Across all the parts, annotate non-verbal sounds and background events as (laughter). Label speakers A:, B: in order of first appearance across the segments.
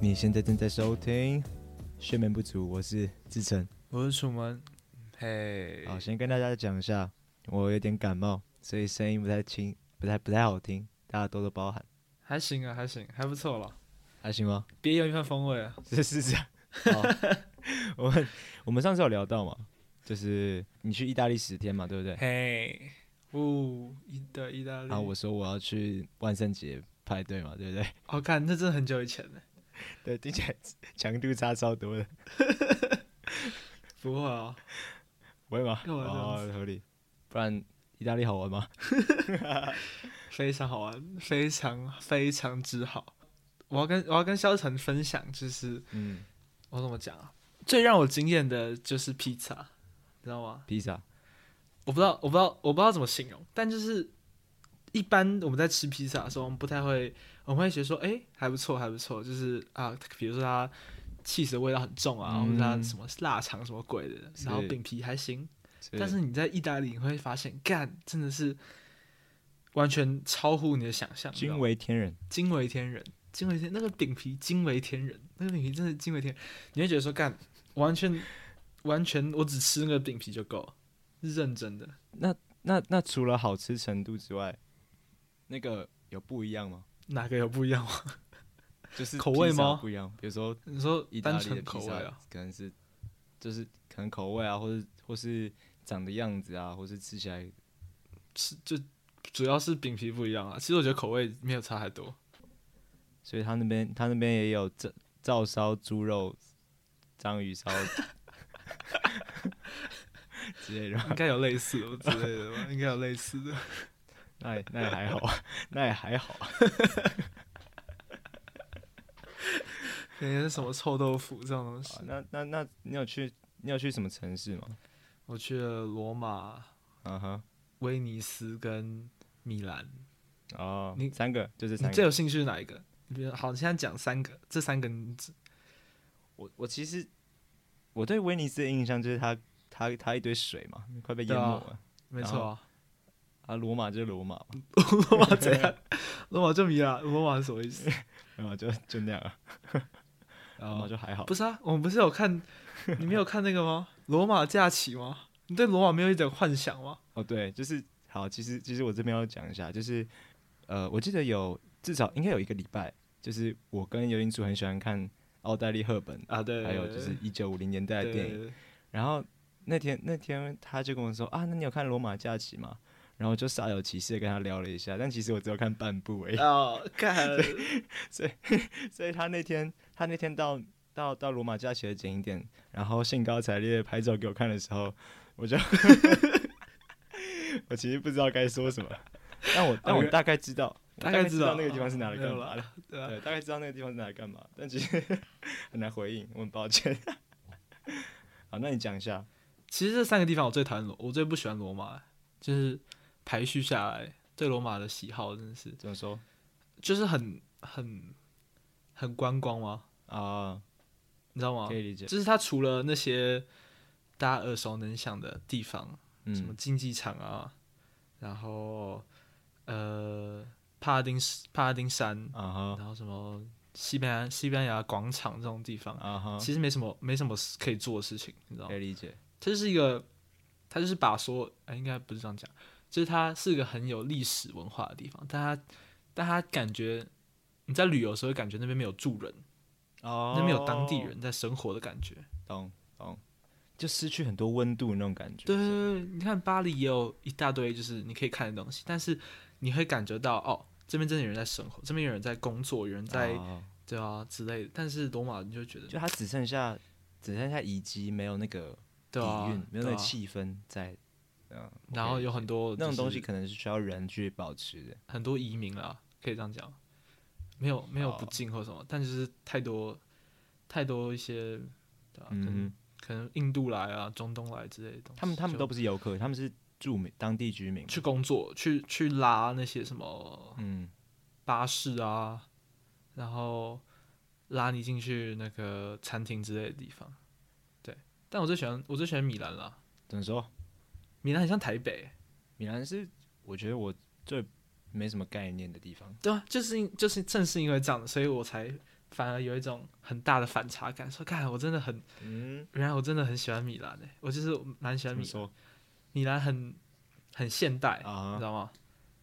A: 你现在正在收听《睡眠不足》，我是志成。
B: 我是楚门，嘿，
A: 好，先跟大家讲一下，我有点感冒，所以声音不太清，不太不太好听，大家多多包涵，
B: 还行啊，还行，还不错了，
A: 还行吗？
B: 别有一番风味啊。
A: 是是这样。好， (laughs) 我们我们上次有聊到嘛，就是你去意大利十天嘛，对不对？
B: 嘿，哦，意大意大利，
A: 然后我说我要去万圣节派对嘛，对
B: (laughs)
A: 不对？
B: 哦，看那真的很久以前了，
A: 对，听起来强度差超多的，
B: 不会啊，
A: 不会吗？
B: 干嘛这样
A: 哦，合理。不然意大利好玩吗？
B: 非常好玩，非常非常之好。我要跟我要跟肖晨分享，就是
A: 嗯，
B: 我怎么讲啊，最让我惊艳的就是披萨，你知道吗？
A: 披萨，
B: 我不知道，我不知道，我不知道怎么形容，但就是一般我们在吃披萨的时候，我们不太会，我们会觉得说，哎、还不错，还不错，就是啊，比如说它 cheese 的味道很重啊，
A: 嗯
B: 或者它什么腊肠什么鬼的，
A: 是
B: 然后饼皮还行，但是你在意大利你会发现，干真的是完全超乎你的想象，你知
A: 惊
B: 道吗
A: 为天人。
B: 惊为天人，惊为天那个饼皮惊为天人，那个饼皮真的惊为天人，你会觉得说，干完全完全我只吃那个饼皮就够了，是认真的。
A: 那那除了好吃程度之外，那个有不一样吗？
B: 哪个有不一样吗？
A: 就是
B: 口味
A: 披萨
B: 吗
A: 不一样，比如说
B: (laughs) 你说
A: 意大
B: 单
A: 利的
B: 纯口
A: 披
B: 味
A: 萨
B: 啊？
A: 可能是就是可能口味啊，或是或是长的样子啊，或是吃起来
B: 是就主要是饼皮不一样啊。其实我觉得口味没有差太 (laughs) 多。
A: 所以他那边他那边也有照照烧猪肉、章鱼烧 (laughs) 之类的吧，
B: 应该有类似的之类的吧，应该有类似的。 (laughs)
A: 那也那也还好啊，那也还好啊。
B: 那些什么臭豆腐这种东西
A: 好，那那那你有去你有去什么城市吗？
B: 我去了罗马、
A: 啊哈，
B: 威尼斯跟米兰。
A: 哦
B: 你，
A: 三个就是
B: 你
A: 三
B: 最
A: 个。
B: 有兴趣是哪一个？你比如好，你现在讲三个，这三个你只
A: 我我其实我对威尼斯的印象就是它它它一堆水嘛，快被淹
B: 对啊
A: 没了。
B: 没错啊。
A: 啊，罗马就是罗马嘛，
B: 罗马怎样？ (laughs) 罗马就米兰，罗马是什么意 (laughs) 思？
A: 然后就就那样啊，
B: 然
A: 然后就还好。
B: 不是啊，我们不是有看，你没有看那个吗？罗马假期吗？你对罗马没有一点幻想吗？
A: 哦，对，就是好，其实其实我这边要讲一下，就是呃，我记得有至少应该有一个礼拜，就是我跟尤林楚很喜欢看奥黛丽·赫本，
B: 啊，对，
A: 还有就是一九五零年代的
B: 对
A: 电影。然后那天那天他就跟我说啊，那你有看《罗马假期》吗？然后我就煞有其事的跟他聊了一下，但其实我只有看半部而已。
B: 哦，看，
A: (laughs) 所以他那天他那天到到到罗马假期的景点，然后兴高采烈地拍照给我看的时候，我
B: (laughs)
A: 就我其实不知道该说什么，但
B: (laughs)
A: 我但我
B: OK
A: 大概知道，我
B: 大
A: 大
B: 概
A: 概
B: 知
A: 知
B: 道
A: 道那个地方是拿来
B: 没有
A: 干嘛的，
B: 对啊，
A: 对，大概知道那个地方是拿来干嘛，但其实 (laughs) 很难回应，我很抱歉。 (laughs) 好，那你讲一下，
B: 其实这三个地方我最讨厌罗，我最不喜欢罗马，就是排序下来对罗马的喜好真的是，
A: 怎么说
B: 就是很很很观光吗？
A: 啊、
B: 你知道吗
A: 可？以理解，
B: 就是它除了那些大家耳熟能详的地方，什么
A: 嗯，
B: 竞技场啊，然后呃帕拉丁斯帕拉丁山，
A: 啊哈，
B: 然后什么西班牙西班牙广场这种地方，
A: 啊哈，
B: 其实没什么没什么可以做的事情，你知道
A: 可
B: 吗
A: 以？理解，
B: 它就是一个，它就是把所有，呃、应该不是这样讲，就是它是一个很有历史文化的地方，但它但它感觉你在旅游的时候会感觉那边没有住人，
A: 哦
B: 那边有当地人在生活的感觉。
A: 懂懂，就失去很多温度那种感觉。
B: 对对对，你看巴黎也有一大堆就是你可以看的东西，但是你会感觉到哦，这边真的有人在生活，这边有人在工作，有人在、
A: 哦
B: 对啊之类的。但是罗马你就觉得
A: 就它只剩下只剩下遗迹，没有那个底
B: 对啊
A: 蕴，，没有那
B: 对
A: 个
B: 啊
A: 气氛在。嗯，
B: 然后有很多、
A: 那种东西，可能是需要人去保持的。
B: 很多移民啦，可以这样讲，没有没有
A: 哦
B: 不敬或什么，但就是太多太多一些，对吧、啊可能
A: 嗯，
B: 可能印度来啊、中东来之类的东西，
A: 他们他们
B: 就
A: 都不是游客，他们是住民当地居民。
B: 去工作，去去拉那些什么
A: 嗯，
B: 巴士啊，然后拉你进去那个餐厅之类的地方。对，但我最喜欢我最喜欢米兰啦，
A: 怎么说？
B: 米兰很像台北，
A: 米兰是我觉得我最没什么概念的地方。
B: 对啊，就是因就是正是因为这样，所以我才反而有一种很大的反差感，说看我真的很，
A: 嗯，
B: 原来我真的很喜欢米兰诶、欸我就是蛮喜欢
A: 怎么
B: 米兰，
A: 说
B: 米兰很很现代，你
A: 啊
B: 知道吗？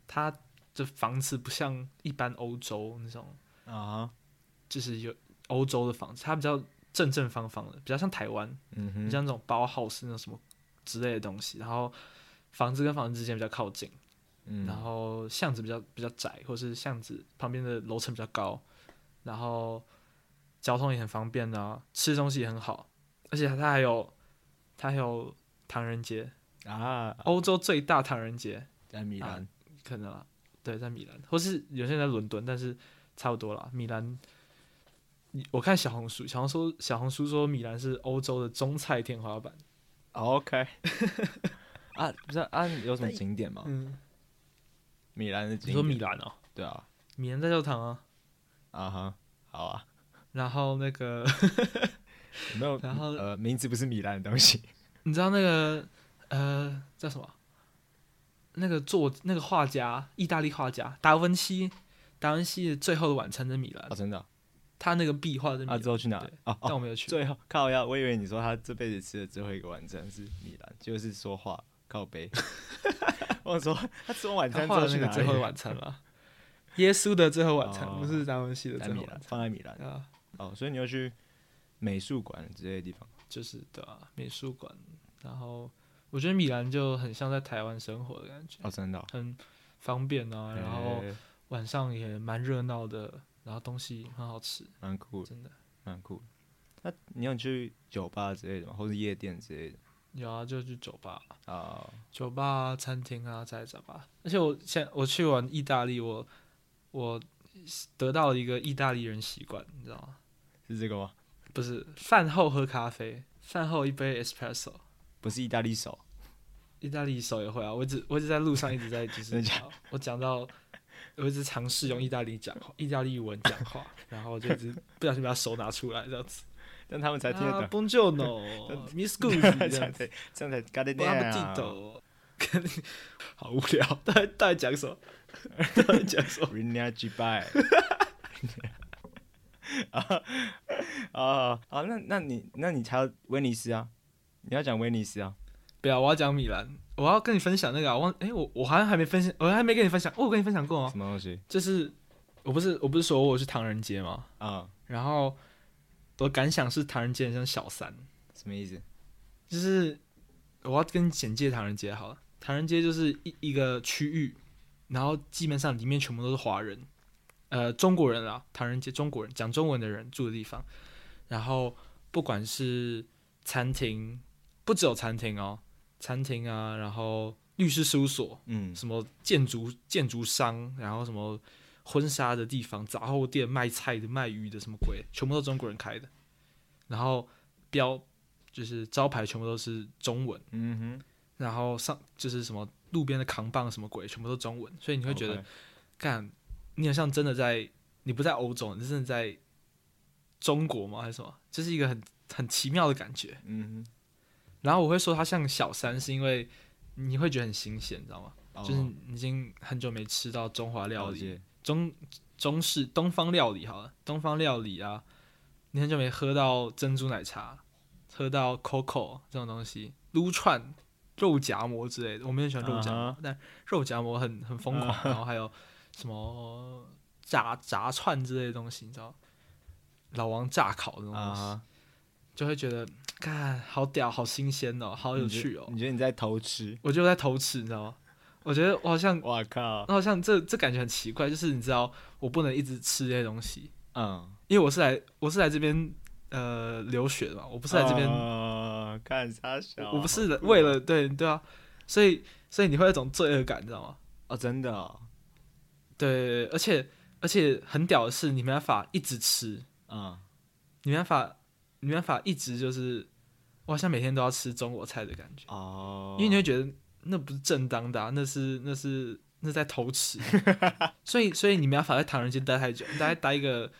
B: 它的房子不像一般欧洲那种，
A: 啊？
B: 就是有欧洲的房子，它比较正正方方的，比较像台湾，
A: 嗯
B: 你
A: 哼，
B: 像那种包 house 那种什么之类的东西，然后房子跟房子之间比较靠近，
A: 嗯
B: 然后巷子比较比较窄，或是巷子旁边的楼层比较高，然后交通也很方便啊，吃东西也很好，而且它还有它还有唐人街，
A: 啊，
B: 欧洲最大唐人街
A: 在米兰
B: 可能啊，对，在米兰，或是有些人在伦敦，但是差不多啦，米兰。我看小红书，小红书小红书说米兰是欧洲的中菜天花板。
A: ，OK，啊，不是啊，有什么景点吗？
B: 嗯，
A: 米兰的景
B: 你
A: 点，
B: 说米兰哦，
A: 对啊，
B: 米兰大教堂啊，
A: 啊哈，好啊，
B: 然后那个 (laughs)
A: 有没有，
B: 然后
A: 呃，名字不是米兰的东 (laughs) 西，
B: 你知道那个呃叫什么？那个作那个画家，意大利画家达文西，达文西的《最后的晚餐》在米兰
A: 啊，，真的
B: 他那个壁画在米
A: 啊，
B: 兰，
A: 之后去哪
B: 对？
A: 哦
B: 但
A: 哦，
B: 我没有去。
A: 最后靠呀，我以为你说他这辈子吃的最后一个晚餐是米兰，就是说话靠 (laughs) 背，我说他吃完晚
B: 他
A: 餐之
B: 画
A: 后
B: 的那
A: 去
B: 个
A: 哪
B: 《
A: 里
B: 最后的晚餐》了，耶稣的《最后晚餐》
A: 哦
B: 不是达文西的《
A: 在
B: 最后
A: 米
B: 晚
A: 兰，
B: 餐
A: 放在米兰》
B: 啊，
A: 哦，所以你要去美术馆之类的地方
B: 就是对啊，美术馆。然后我觉得米兰就很像在台湾生活的感觉，
A: 哦，真的哦、
B: 很方便啊，然后
A: 嘿
B: 晚上也蛮热闹的，然后东西很好吃，
A: 蛮酷的，
B: 真的。
A: 蛮酷的。那你有去酒吧之类的吗？或是夜店之类的？
B: 有啊，就去酒吧、
A: 啊、
B: 酒吧、啊、餐厅啊，在酒吧。而且我现我去完意大利，我我得到了一个意大利人习惯，你知道吗？
A: 是这个吗？
B: 不是饭后喝咖啡，饭后一杯 espresso。
A: 不是意大利手，
B: 意大利手也会啊，我一直我一直在路上一直在就
A: (laughs)
B: 是
A: 真的假
B: 我讲到，我一直尝试用意大利讲话，意大利文讲话， (laughs) 然后我就一直不小心把手拿出来这样子。
A: 但他们哎才听得懂。
B: 啊
A: (laughs)
B: ，Buongiorno，Miss Goose 这
A: 这
B: 样
A: 样
B: 子。
A: 才这样才 got it
B: 我还不
A: down
B: 记得哦，好无聊，到底到底讲什么？到底讲什么？
A: Rina G by (laughs) 啊啊啊！那那你那你才要威尼斯啊？你要讲威尼斯啊？
B: (laughs) 不要，我要讲米兰，我要跟你分享那个啊、我忘，哎、我我好像还没分享，我还没跟你分享，哦，我跟你分享过哦，
A: 什么东西
B: 就是我不是我不是说我去唐人街吗？
A: 啊？
B: 然后我的感想是唐人街很像小三，
A: 什么意思？
B: 就是我要跟你简介唐人街好了，唐人街就是一一个区域，然后基本上里面全部都是华人，呃，中国人啊，唐人街中国人讲中文的人住的地方，然后不管是餐厅，不只有餐厅哦，餐厅啊，然后律师事务所，
A: 嗯
B: 什么建筑建筑商，然后什么婚纱的地方、杂货店、卖菜的、卖鱼的，什么鬼，全部都中国人开的。然后标就是招牌全部都是中文，
A: 嗯
B: 然后上就是什么路边的扛棒什么鬼，全部都中文，所以你
A: 哼，
B: 会觉得干，你好像真的在，你不在欧洲，你是真的在中国吗？还是什么？这、是一个很很奇妙的感觉。
A: 嗯
B: 然后我会说它像小三，是因为你会觉得很新鲜，你知道吗？
A: 哼，
B: 就是你已经很久没吃到中华料
A: 哦了
B: 理、
A: 解
B: 中中式、东方料理好了，东方料理啊，你很久没喝到珍珠奶茶，喝到 COCO 这种东西，撸串、肉夹馍之类的，我们很喜欢肉夹馍
A: 啊
B: 但肉夹馍很很疯狂然后还有什么炸炸串之类的东西，你知道，老王炸烤这种东
A: 啊
B: 西，
A: 哈，
B: 就会觉得，看好屌，好新鲜哦，好有
A: 你觉
B: 趣哦，
A: 你觉得你在偷吃？
B: 我就在偷吃，你知道吗？我觉得我好像
A: 哇靠！
B: 那好像这这感觉很奇怪，就是你知道，我不能一直吃这些东西，
A: 嗯，
B: 因为我是来我是来这边呃留学的嘛，我不
A: 不
B: 是来这边，
A: 哦啊看傻小，
B: 我不是来为了对对啊，所以所以你会有一种罪恶感，你知道吗？
A: 哦，真的哦
B: 对，而且而且很屌的是，你没办法一直吃，
A: 嗯，
B: 你没办法你没办法一直就是，我好像每天都要吃中国菜的感觉，
A: 哦，
B: 因为你会觉得那不是正当的、啊，那是那是那是在
A: (laughs)
B: 偷吃，所以所以你没办法在唐人街待太久，你大概待一个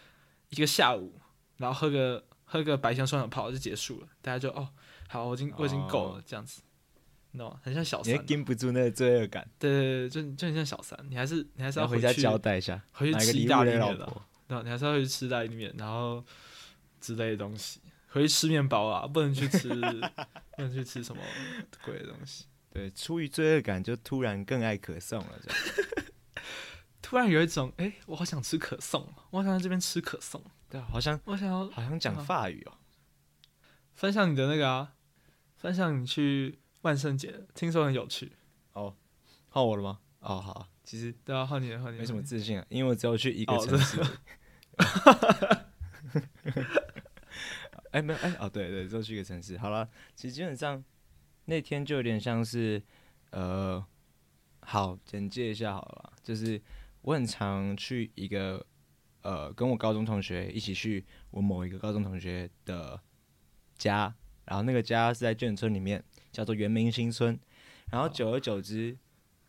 B: 一个下午，然后喝个喝个白香双响炮就结束了，大家就哦好，我已经我已经够了、这样子，你懂吗？很像小
A: 哦你
B: 三
A: 会
B: 啊，对
A: 禁不住那个罪恶感，
B: 对对，就就很像小三，你还是你还是
A: 然后
B: 回
A: 回家
B: 去
A: 交代一下，
B: 回去
A: 哪个
B: 吃
A: 礼
B: 意大
A: 物
B: 利
A: 给老
B: 面了
A: 婆？
B: 然后你还是要去吃意大利面，然后之类的东西，回去吃面包啊，不能
A: (laughs)
B: 去吃不能去吃什么贵的东西。
A: 对，出于罪恶感就突然更爱可颂了，这样。
B: 突然有一种，哎、我好想吃可颂，哦我好想在这边吃可颂，
A: 对啊，好像
B: 我想要
A: 好像讲
B: 嗯
A: 法语哦、
B: 分享你的那个啊，分享你去万圣节，听说很有趣，
A: 换我了吗？哦，好啊，其实
B: 对啊，换你的，换你的，
A: 没什
B: 换
A: 么
B: 你的
A: 自信啊，因为我只有去一个
B: 哦
A: 城市。 (laughs) 哎，没有哎，哦，对对，只有去一个城市。好了，其实基本上那天就有点像是，呃，好，简介一下好了啦，就是我很常去一个，呃，跟我高中同学一起去我某一个高中同学的家，然后那个家是在眷村里面，叫做圆明新村。然后久而久之，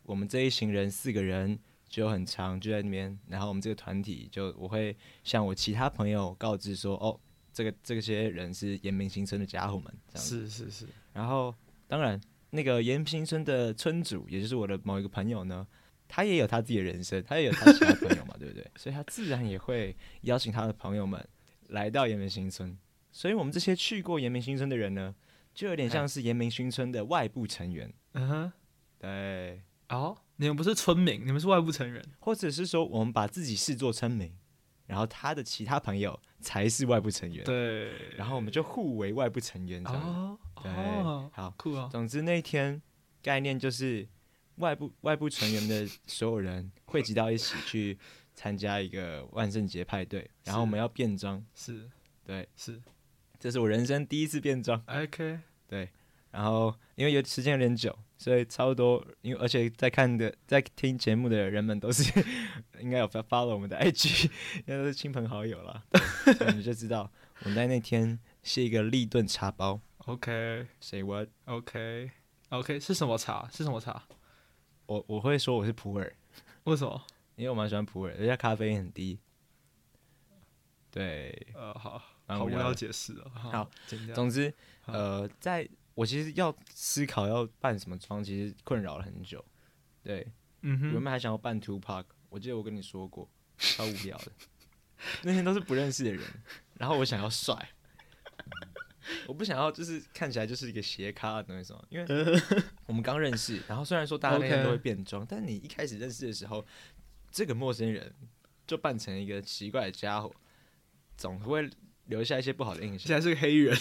A: 我们这一行人四个人就很长就在那边，然后我们这个团体就我会向我其他朋友告知说，哦，这个这些人是延平新村的家伙们这样子。
B: 是是是，
A: 然后当然，那个延平新村的村主，也就是我的某一个朋友呢，他也有他自己的人生，他也有他其他朋友嘛，对不对？ (laughs) 所以他自然也会邀请他的朋友们来到延平新村。所以我们这些去过延平新村的人呢，就有点像是延平新村的外部成员，
B: 嗯哼，
A: 对，
B: 哦，你们不是村民，你们是外部成员，
A: 或者是说我们把自己视作村民，然后他的其他朋友才是外部成员，
B: 对，
A: 然后我们就互为外部成员这样子。
B: 哦
A: 对
B: 哦，
A: 好，
B: 酷哦，
A: 总之那一天概念就是外部外部成员的所有人汇集到一起去参加一个万圣节派对，然后我们要变装，
B: 是
A: 对，
B: 是
A: 这是我人生第一次变装，
B: ，OK，
A: 对。然后因为有时间有点久，所以差不多，因为而且在看的在听节目的人们都是 (laughs) 应该有 follow 我们的 IG，应 (laughs) 该都是亲朋好友啦，对所以你就知道我们在那天是一个立顿茶包
B: ，OK，
A: ，say what？
B: OK OK 是什么茶？是什么茶？
A: 我我会说我是普洱。
B: 为什么？
A: 因为我蛮喜欢普洱，而且咖啡因很低。对，
B: 呃，好，
A: 哎蛮
B: 好
A: 无
B: 无
A: 聊
B: 聊
A: 的
B: 解释哦。
A: 好，
B: 剪掉。
A: 总之，
B: 好
A: 呃，在我其实要思考要办什么妆，其实困扰了很久。对，
B: 嗯
A: 原
B: 哼，
A: 本还想要办 Two Park，我记得我跟你说过，超无聊的。 (laughs) 那些都是不认识的人，然后我想要帅，
B: 嗯
A: 我不想要就是看起来就是一个斜咖，懂我意思吗？因为
B: (laughs)
A: 我们刚认识，然后虽然说大家那天
B: OK
A: 都会变装但你一开始认识的时候，这个陌生人就扮成一个奇怪的家伙，总会留下一些不好的印象
B: 现。在是个黑人，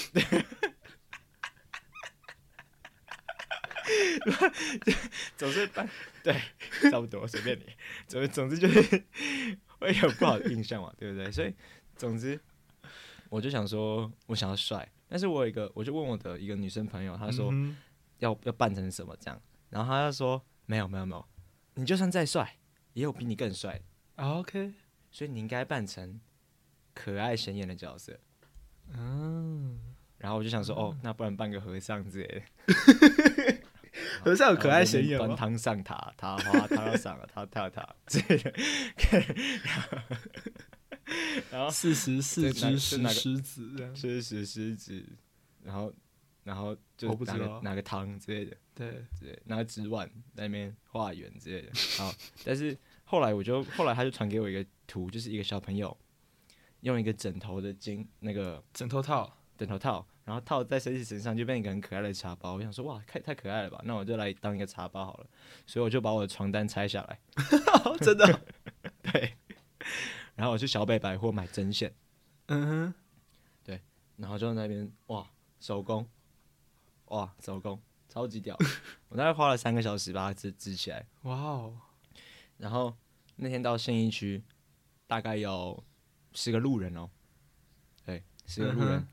A: 总是办对，差不多随便你，总总之就是会有不好的印象嘛，对不对？所以总之，我就想说，我想要帅，但是我有一个，我就问我的一个女生朋友，她说
B: 嗯
A: 要、要扮成什么这样，然后她就说没有没有没有，你就算再帅，也有比你更帅的，
B: 哼啊 OK，
A: 所以你应该扮成可爱显眼的角色。
B: 嗯，
A: 然后我就想说，哦，那不然扮个和尚之类的。
B: 和尚有哦可爱显眼
A: 端
B: 吗？
A: 汤上塔，塔花塔要上了，塔塔塔之类的。然后
B: 四十四
A: 这哪
B: 只
A: 这哪
B: 石
A: 个
B: 狮子这样，
A: 吃食狮子，然后然后就
B: 我不知
A: 拿个
B: 道
A: 拿个汤之类的，
B: 对，
A: 之类的拿个纸碗在那边画圆之类的。好，但是后来我就后来他就传给我一个图，就是一个小朋友用一个枕头的巾那个
B: 枕头套，
A: 枕头套，然后套在 Stacy 身上就变一个很可爱的茶包。我想说，哇，太太可爱了吧？那我就来当一个茶包好了。所以我就把我的床单拆下来，
B: (laughs) 真的，哦
A: (laughs) 对，然后我去小北百货买针线，
B: 嗯哼，
A: 然后就在那边哇手工，哇手工超级屌。我大概花了三个小时把它织织起来。
B: 哇哦，
A: 然后那天到信义区，大概有十个路人哦，对，十个路人，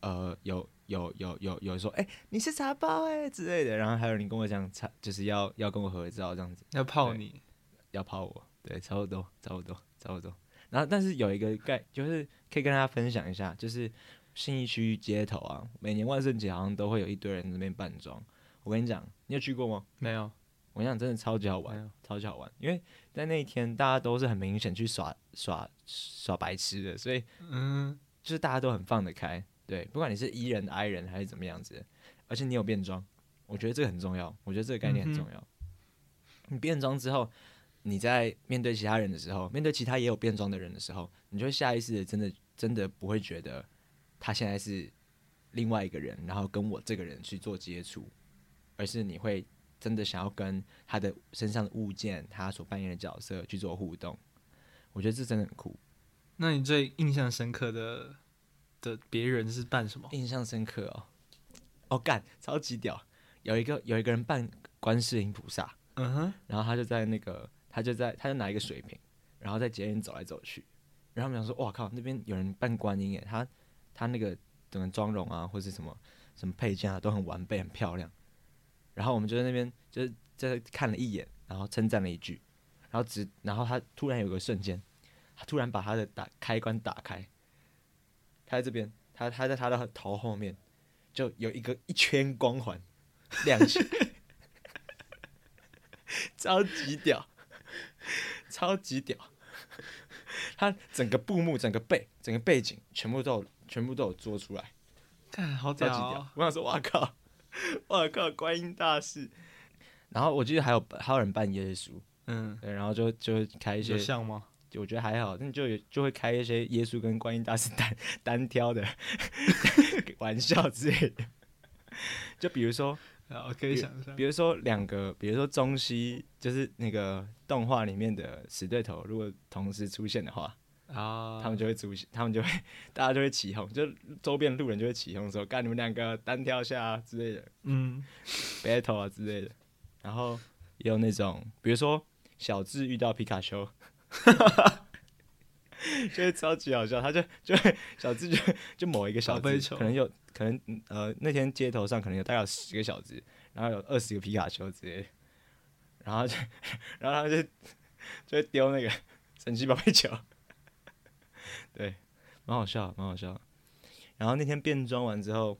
A: 呃，有有有有有说，哎、你是茶包哎、之类的，然后还有人跟我讲，茶就是要要跟我合照这样子，
B: 要泡你，
A: 要泡我，对，差不多，差不多，差不多。然后但是有一个概，就是可以跟大家分享一下，就是信义区街头啊，每年万圣节好像都会有一堆人在那边扮装。我跟你讲，你有去过吗？
B: 没有，
A: 我想真的超级好
B: 没
A: 玩
B: 有，
A: 超级好玩，因为在那一天大家都是很明显去耍耍耍白痴的，所以
B: 嗯，
A: 就是大家都很放得开，对，不管你是 E 人、I 人还是怎么样子，而且你有变装，我觉得这个很重要，我觉得这个概念很重要。你变装之后，你在面对其他人的时候，面对其他也有变装的人的时候，你就会下意识的真的真的不会觉得他现在是另外一个人，然后跟我这个人去做接触，而是你会真的想要跟他的身上的物件，他所扮演的角色去做互动。我觉得这真的很酷，
B: 那你最印象深刻的的别人是扮什么？
A: 印象深刻哦。哦，干，超级屌！有一个有一个人扮观世音菩萨，
B: 嗯哼，
A: 然后他就在那个，他就在，他就拿一个水瓶，然后在捷运走来走去。然后他们想说，哇靠，那边有人扮观音耶，他他那个整个妆容啊，或是什么什么配件啊，都很完备，很漂亮。然后我们就在那边就是在看了一眼，然后称赞了一句，然后只然后他突然有个瞬间，他突然把他的打开关打开，他在这边，他他在他的头后面就有一个一圈光环亮起来 (laughs) 超级屌，超级屌。 (laughs) 他整个布幕、整个背、整个背景全部都有，全部都有做出来，
B: 看好
A: 超
B: 屌
A: 级
B: 哦、
A: 屌！我想说，哇靠， (laughs) 哇靠，观音大士。然后我记得还有还有人扮耶稣，
B: 嗯，
A: 对，然后就就开一些
B: 有，像吗？
A: 我觉得还好，但就有就会开一些耶稣跟观音大士单单挑的 (laughs) 玩笑之类的。就比如说，
B: 啊，我可以想象。
A: 比如说两个，比如说中西，就是那个动画里面的死对头，如果同时出现的话，
B: 啊，
A: 他们就会出现，他们就会大家就会起哄，就周边路人就会起哄说：“干你们两个单挑下啊之类的
B: 嗯，
A: ，battle 啊之类的。”然后也有那种，比如说小智遇到皮卡丘。 (laughs) 就会超级好笑，他就就会小智就就某一个小
B: 打杯
A: 智，
B: 球
A: 可能有可能呃那天街头上可能有大概有十个小智，然后有二十个皮卡丘之类的，然后就 (laughs) 然后他就就会丢那个神奇宝贝球，对，蛮好笑，蛮好笑。然后那天变装完之后，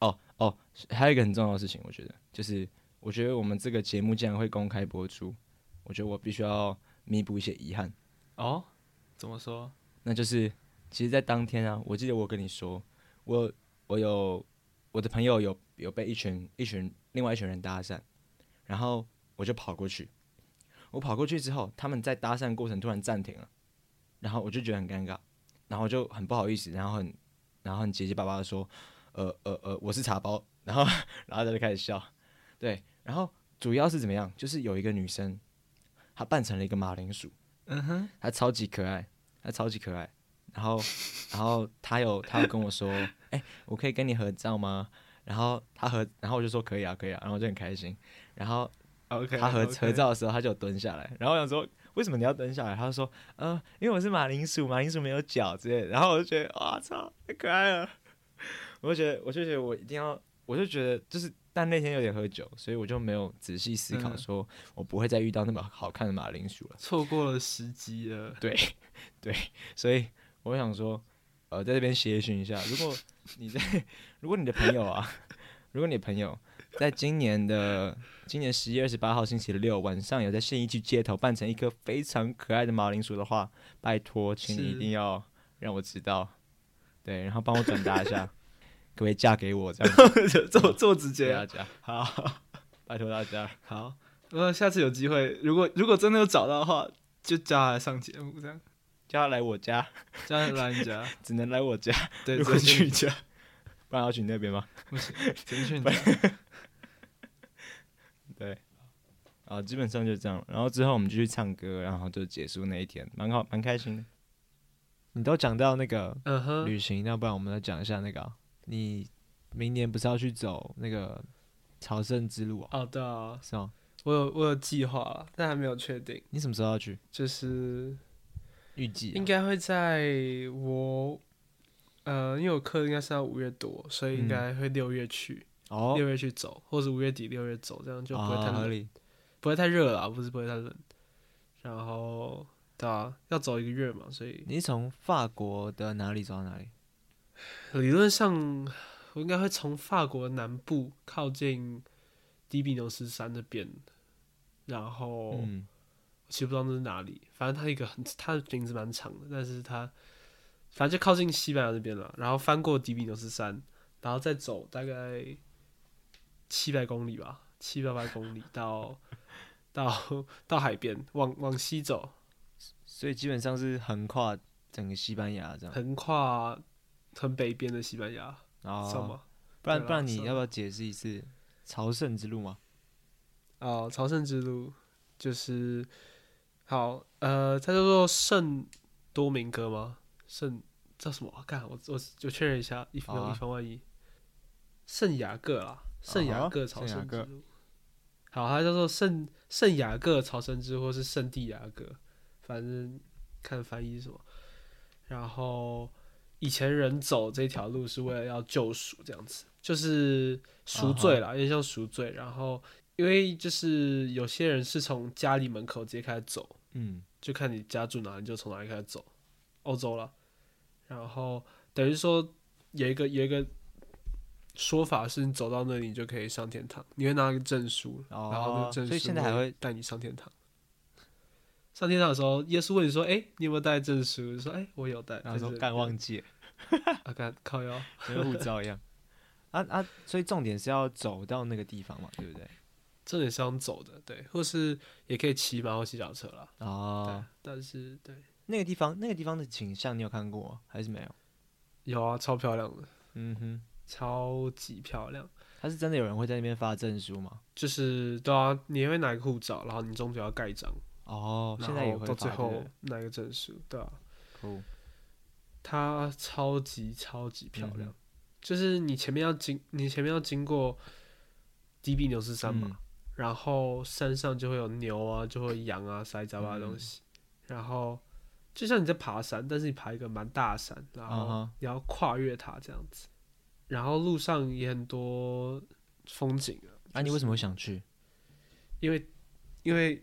A: 哦哦，还有一个很重要的事情，我觉得就是我觉得我们这个节目既然会公开播出，我觉得我必须要弥补一些遗憾。
B: 哦，怎么说？
A: 那就是其实，在当天啊，我记得我跟你说，我我有我的朋友有有被一群一群另外一群人搭讪，然后我就跑过去，我跑过去之后，他们在搭讪过程突然暂停了，然后我就觉得很尴尬，然后我就很不好意思，然后很然后很结结巴巴的说，呃呃呃，我是茶包，然后 (laughs) 然后他就开始笑，对，然后主要是怎么样，就是有一个女生，她扮成了一个马铃薯。
B: 嗯哼，
A: 他超级可爱，他超级可爱。然后，然后他有他有跟我说，哎、我可以跟你合照吗？然后他合，然后我就说可以啊，可以啊，然后我就很开心。然后
B: OK，
A: 他合
B: OK
A: 合照的时候，他就蹲下来，然后我想说为什么你要蹲下来？他就说，呃，因为我是马铃薯，马铃薯没有脚之类的。然后我就觉得，哇操，太可爱了！我就觉得，我就觉得我一定要，我就觉得就是，但那天有点喝酒，所以我就没有仔细思考，
B: 嗯
A: 说我不会再遇到那么好看的马铃薯了。
B: 错过了时机 (laughs) 了。
A: 对对，所以我想说，呃，在这边协询一下，如果你在， (laughs) 如果你的朋友啊，如果你的朋友在今年的今年十一月二十八号星期六晚上有在信义区街头扮成一颗非常可爱的马铃薯的话，拜托，请你一
B: 是
A: 定要让我知道，对，然后帮我转达一下，可不可以嫁给我这样子？
B: (laughs) 这么这么直接
A: 谢谢
B: 啊
A: 大！家，
B: 好
A: 拜托大家，
B: 好，那下次有机会，如果如果真的有找到的话，就叫他来上节目，这样
A: 叫他来我家，
B: 叫他来你家，
A: 只能来我家，
B: 对，
A: 如
B: 只
A: 果
B: 能去
A: (laughs) 去
B: 你家，
A: 不然要去你那边吗？
B: 不行，只能去你家。
A: 对，啊，基本上就这样。然后之后我们就去唱歌，然后就结束那一天，蛮好，蛮开心的。
C: 你都讲到那个
B: 嗯哼，
C: 旅行，那不然我们来讲一下那个啊、你明年不是要去走那个朝圣之路啊？
B: 哦对啊，
C: 是吗？
B: 我有我有计划啊，但还没有确定，
C: 你什么时候要去？
B: 就是
C: 预计、啊
B: 应该会在我。呃，因为我课应该是到五月多，所以应该会六月去，
A: 嗯
C: 哦，
B: 六、月去走，或者五月底六月走，这样就不会太
C: 啊合
B: 冷，
A: 哦
C: 理。
B: 不会太热了啊，不是不会太冷。然后，对啊，要走一个月嘛，所以
C: 你是从法国的哪里走到哪里？
B: 理论上，我应该会从法国南部靠近迪比牛斯山那边，然后、
C: 嗯，
B: 我其实不知道那是哪里，反正它一个很，它的名字蛮长的，但是它反正就靠近西班牙那边了，然后翻过迪比牛斯山，然后再走大概七百公里吧，七八百公里到到到海边，往往西走，
A: 所以基本上是横跨整个西班牙这样。
B: 横跨很北边的西班牙，
A: 然
C: 哦
B: 知道吗
A: 后，？不然
B: 对
A: 不然
B: 啦
A: 你
B: 算
A: 要不要解释一次朝圣之路嘛？
B: 哦，朝圣之路就是好，呃，它叫做圣多明哥吗？圣叫什么啊？干，我我我确认一下，以防、
A: 好啊
B: 以防万一。圣雅各啦，圣
A: 啊
B: 雅
A: 哈
B: 各朝
A: 圣雅
B: 圣之
A: 各
B: 路。好，它叫做圣圣雅各朝圣之路，或是圣地雅各，反正看翻译是什么。然后以前人走这条路是为了要救赎，这样子就是赎罪啦，有点像赎罪。然后因为就是有些人是从家里门口直接开始走，
A: 嗯，
B: 就看你家住哪，你就从哪里开始走，欧洲了。然后等于说有一个有一个说法是，你走到那里你就可以上天堂，你会拿一个证书，
A: 哦
B: 然后那个证书
A: 所以现在还会
B: 带你上天堂。上天堂的时候，耶稣问你说：“哎、你有没有带证书？”你说：“哎、我有带。”
A: 然后说
B: 就是
A: 干忘记了，
B: 啊，干靠腰。
A: 跟护照一样。 (laughs) 啊啊，所以重点是要走到那个地方嘛，对不对？
B: 这点是要走的，对，或是也可以骑马或骑脚车啦。
A: 哦
B: 对，，但是对，
A: 那个地方那个地方的景象你有看过吗？还是没有？
B: 有啊，超漂亮的，
A: 嗯哼，
B: 超级漂亮。
A: 他是真的有人会在那边发证书吗？
B: 就是对啊，你会拿一个护照，然后你中途要盖章，
A: 哦，
B: 然
A: 现在也
B: 后
A: 会
B: 到
A: 发
B: 最
A: 对
B: 后
A: 不对
B: 拿一个证书，对啊，
A: 酷
B: 它超级超级漂亮。
A: 嗯
B: 就是你前面要经，你前面要经过迪比牛斯山嘛，
A: 嗯
B: 然后山上就会有牛啊，就会有羊啊，塞杂巴的东西。
A: 嗯
B: 然后就像你在爬山，但是你爬一个蛮大的山，然
A: 嗯
B: 后
A: 哼
B: 你要跨越它这样子。然后路上也很多风景啊，
A: 啊，你为什么会想去？
B: 因为因为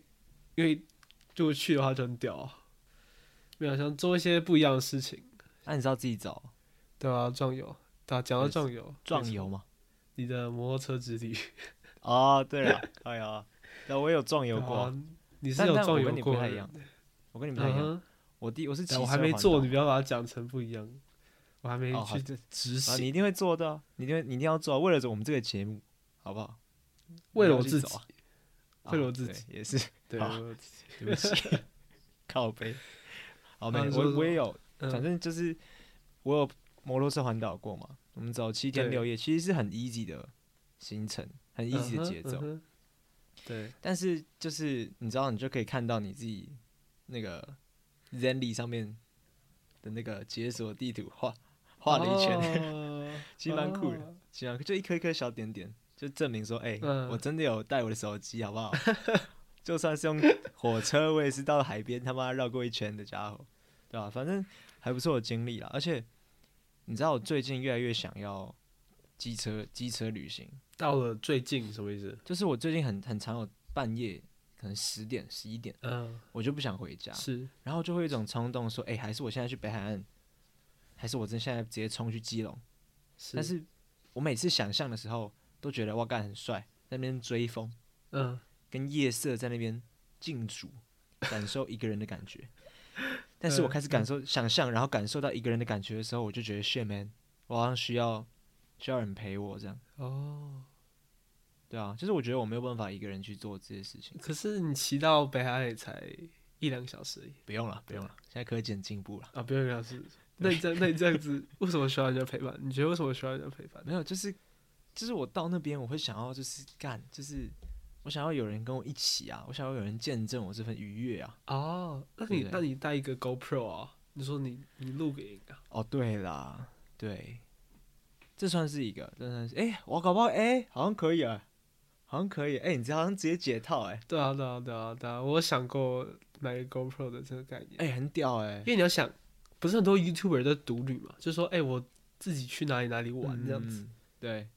B: 因为如果去的话就很屌、啊，没有想做一些不一样的事情，
A: 那、啊你是要自己走
B: 对啊？壮游，对啊，讲到
A: 没错
B: 壮游，
A: 壮
B: 没错
A: 游吗？
B: 你的摩托车之旅，
A: 哦，对了，哎呀，那我有壮游过啊，
B: 啊，你是
A: 但
B: 有
A: 但
B: 壮
A: 我
B: 游
A: 跟你
B: 过
A: 不
B: 的
A: 太一
B: 人
A: 样，我跟你不太一
B: 嗯
A: 样。
B: 哼，
A: 我第我是骑
B: 但我
A: 车
B: 还没
A: 环
B: 做，
A: 岛
B: 你不要把它讲成不一样，我还没
A: 哦好
B: 去
A: 这
B: 执
A: 啊，
B: 行。
A: 你一定会做到，你一定会你一定要做到，为了我们这个节目，好不好？
B: 为了
A: 你要
B: 我
A: 去
B: 自
A: 走啊，啊
B: (laughs) 为了我自
A: 对
B: 己
A: 也是，
B: 对，
A: 好
B: 我
A: 对不起， (laughs) 靠背。好，没
B: 啊
A: 有，
B: 你说
A: 我我也有，
B: 嗯
A: 反正就是我有摩托车环岛过嘛，我们走七天
B: 对
A: 六夜，其实是很 easy 的行程，很 easy 的节奏。
B: 嗯哼嗯哼对，
A: 但是就是你知道，你就可以看到你自己那个 Zenly 上面的那个解锁地图画画了一圈，
B: 圈，
A: (laughs) 其实蛮酷的
B: 哦。
A: 行啊，就一颗一颗小点点，就证明说，哎、
B: 嗯
A: 我真的有带我的手机，好不
B: (laughs)
A: 好？就算是用火车，我也是到海边他妈绕过一圈的家伙，对吧、反正还不错的经历啦。而且你知道，我最近越来越想要机车机车旅行，
B: 到了最近什么意思？
A: 就是我最近很很常有半夜可能十点十一点，
B: 嗯，
A: 我就不想回家，
B: 是
A: 然后就会有一种冲动说，哎、还是我现在去北海岸，还是我真现在直接冲去基隆。
B: 是，
A: 但是我每次想象的时候，都觉得哇干很帅，在那边追风，
B: 嗯，
A: 跟夜色在那边竞逐，感受一个人的感 (laughs) 觉。但是我开始感受、想象，然后感受到一个人的感觉的时候，我就觉得 shit man，我好像需要需要人陪我这样。
B: 哦，
A: 对啊，就是我觉得我没有办法一个人去做这些事情。
B: 可是你骑到北海岸也才一两个小时而已
A: 不用了，不用了，现在科技很进步了。
B: 啊，不用一两个小时。那你这样那你这样子，为什么需要人家陪伴？你觉得为什么需要人家陪伴？
A: 没有，就是就是我到那边，我会想要就是干，就是我想要有人跟我一起啊，我想要有人见证我这份愉悦啊。
B: 哦，那
A: 对
B: 你
A: 不对
B: 那你带一个 GoPro 啊？你说你你录给人家，
A: 哦，对啦，对，这算是一个，这算是哎、我搞不好哎、好像可以啊，好像可以，哎、你这好像直接解套哎、
B: 对啊对啊对啊对啊，我有想过买一个 GoPro 的这个概念，
A: 哎、很屌哎、
B: 因为你要想，不是很多 YouTuber 在独旅嘛，就说哎、我自己去哪里哪里玩
A: 嗯
B: 这样子。，
A: 对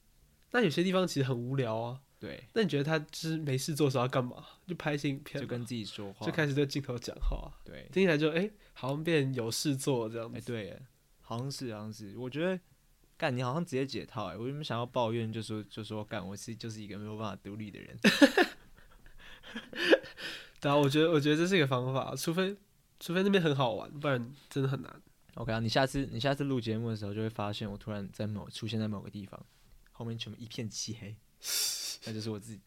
B: 那有些地方其实很无聊啊，
A: 对，
B: 那你觉得他就是没事做的时候要干嘛？就拍一些影片
A: 就
B: 嘛，
A: 跟自己说话，
B: 就开始对镜头讲话，
A: 对，
B: 听起来就哎、好像变有事做这样
A: 哎、
B: 子。
A: 对耶，好像是好像是，我觉得干你好像直接解套哎、我原本想要抱怨就说就说干我是就是一个没有办法独立的人，
B: 对啊，我觉得我觉得这是一个方法，除非除非那边很好玩，不然真的很难。
A: OK 啊，你下次你下次录节目的时候就会发现，我突然在某出现在某个地方，后面全部一片漆黑，那就是我自己。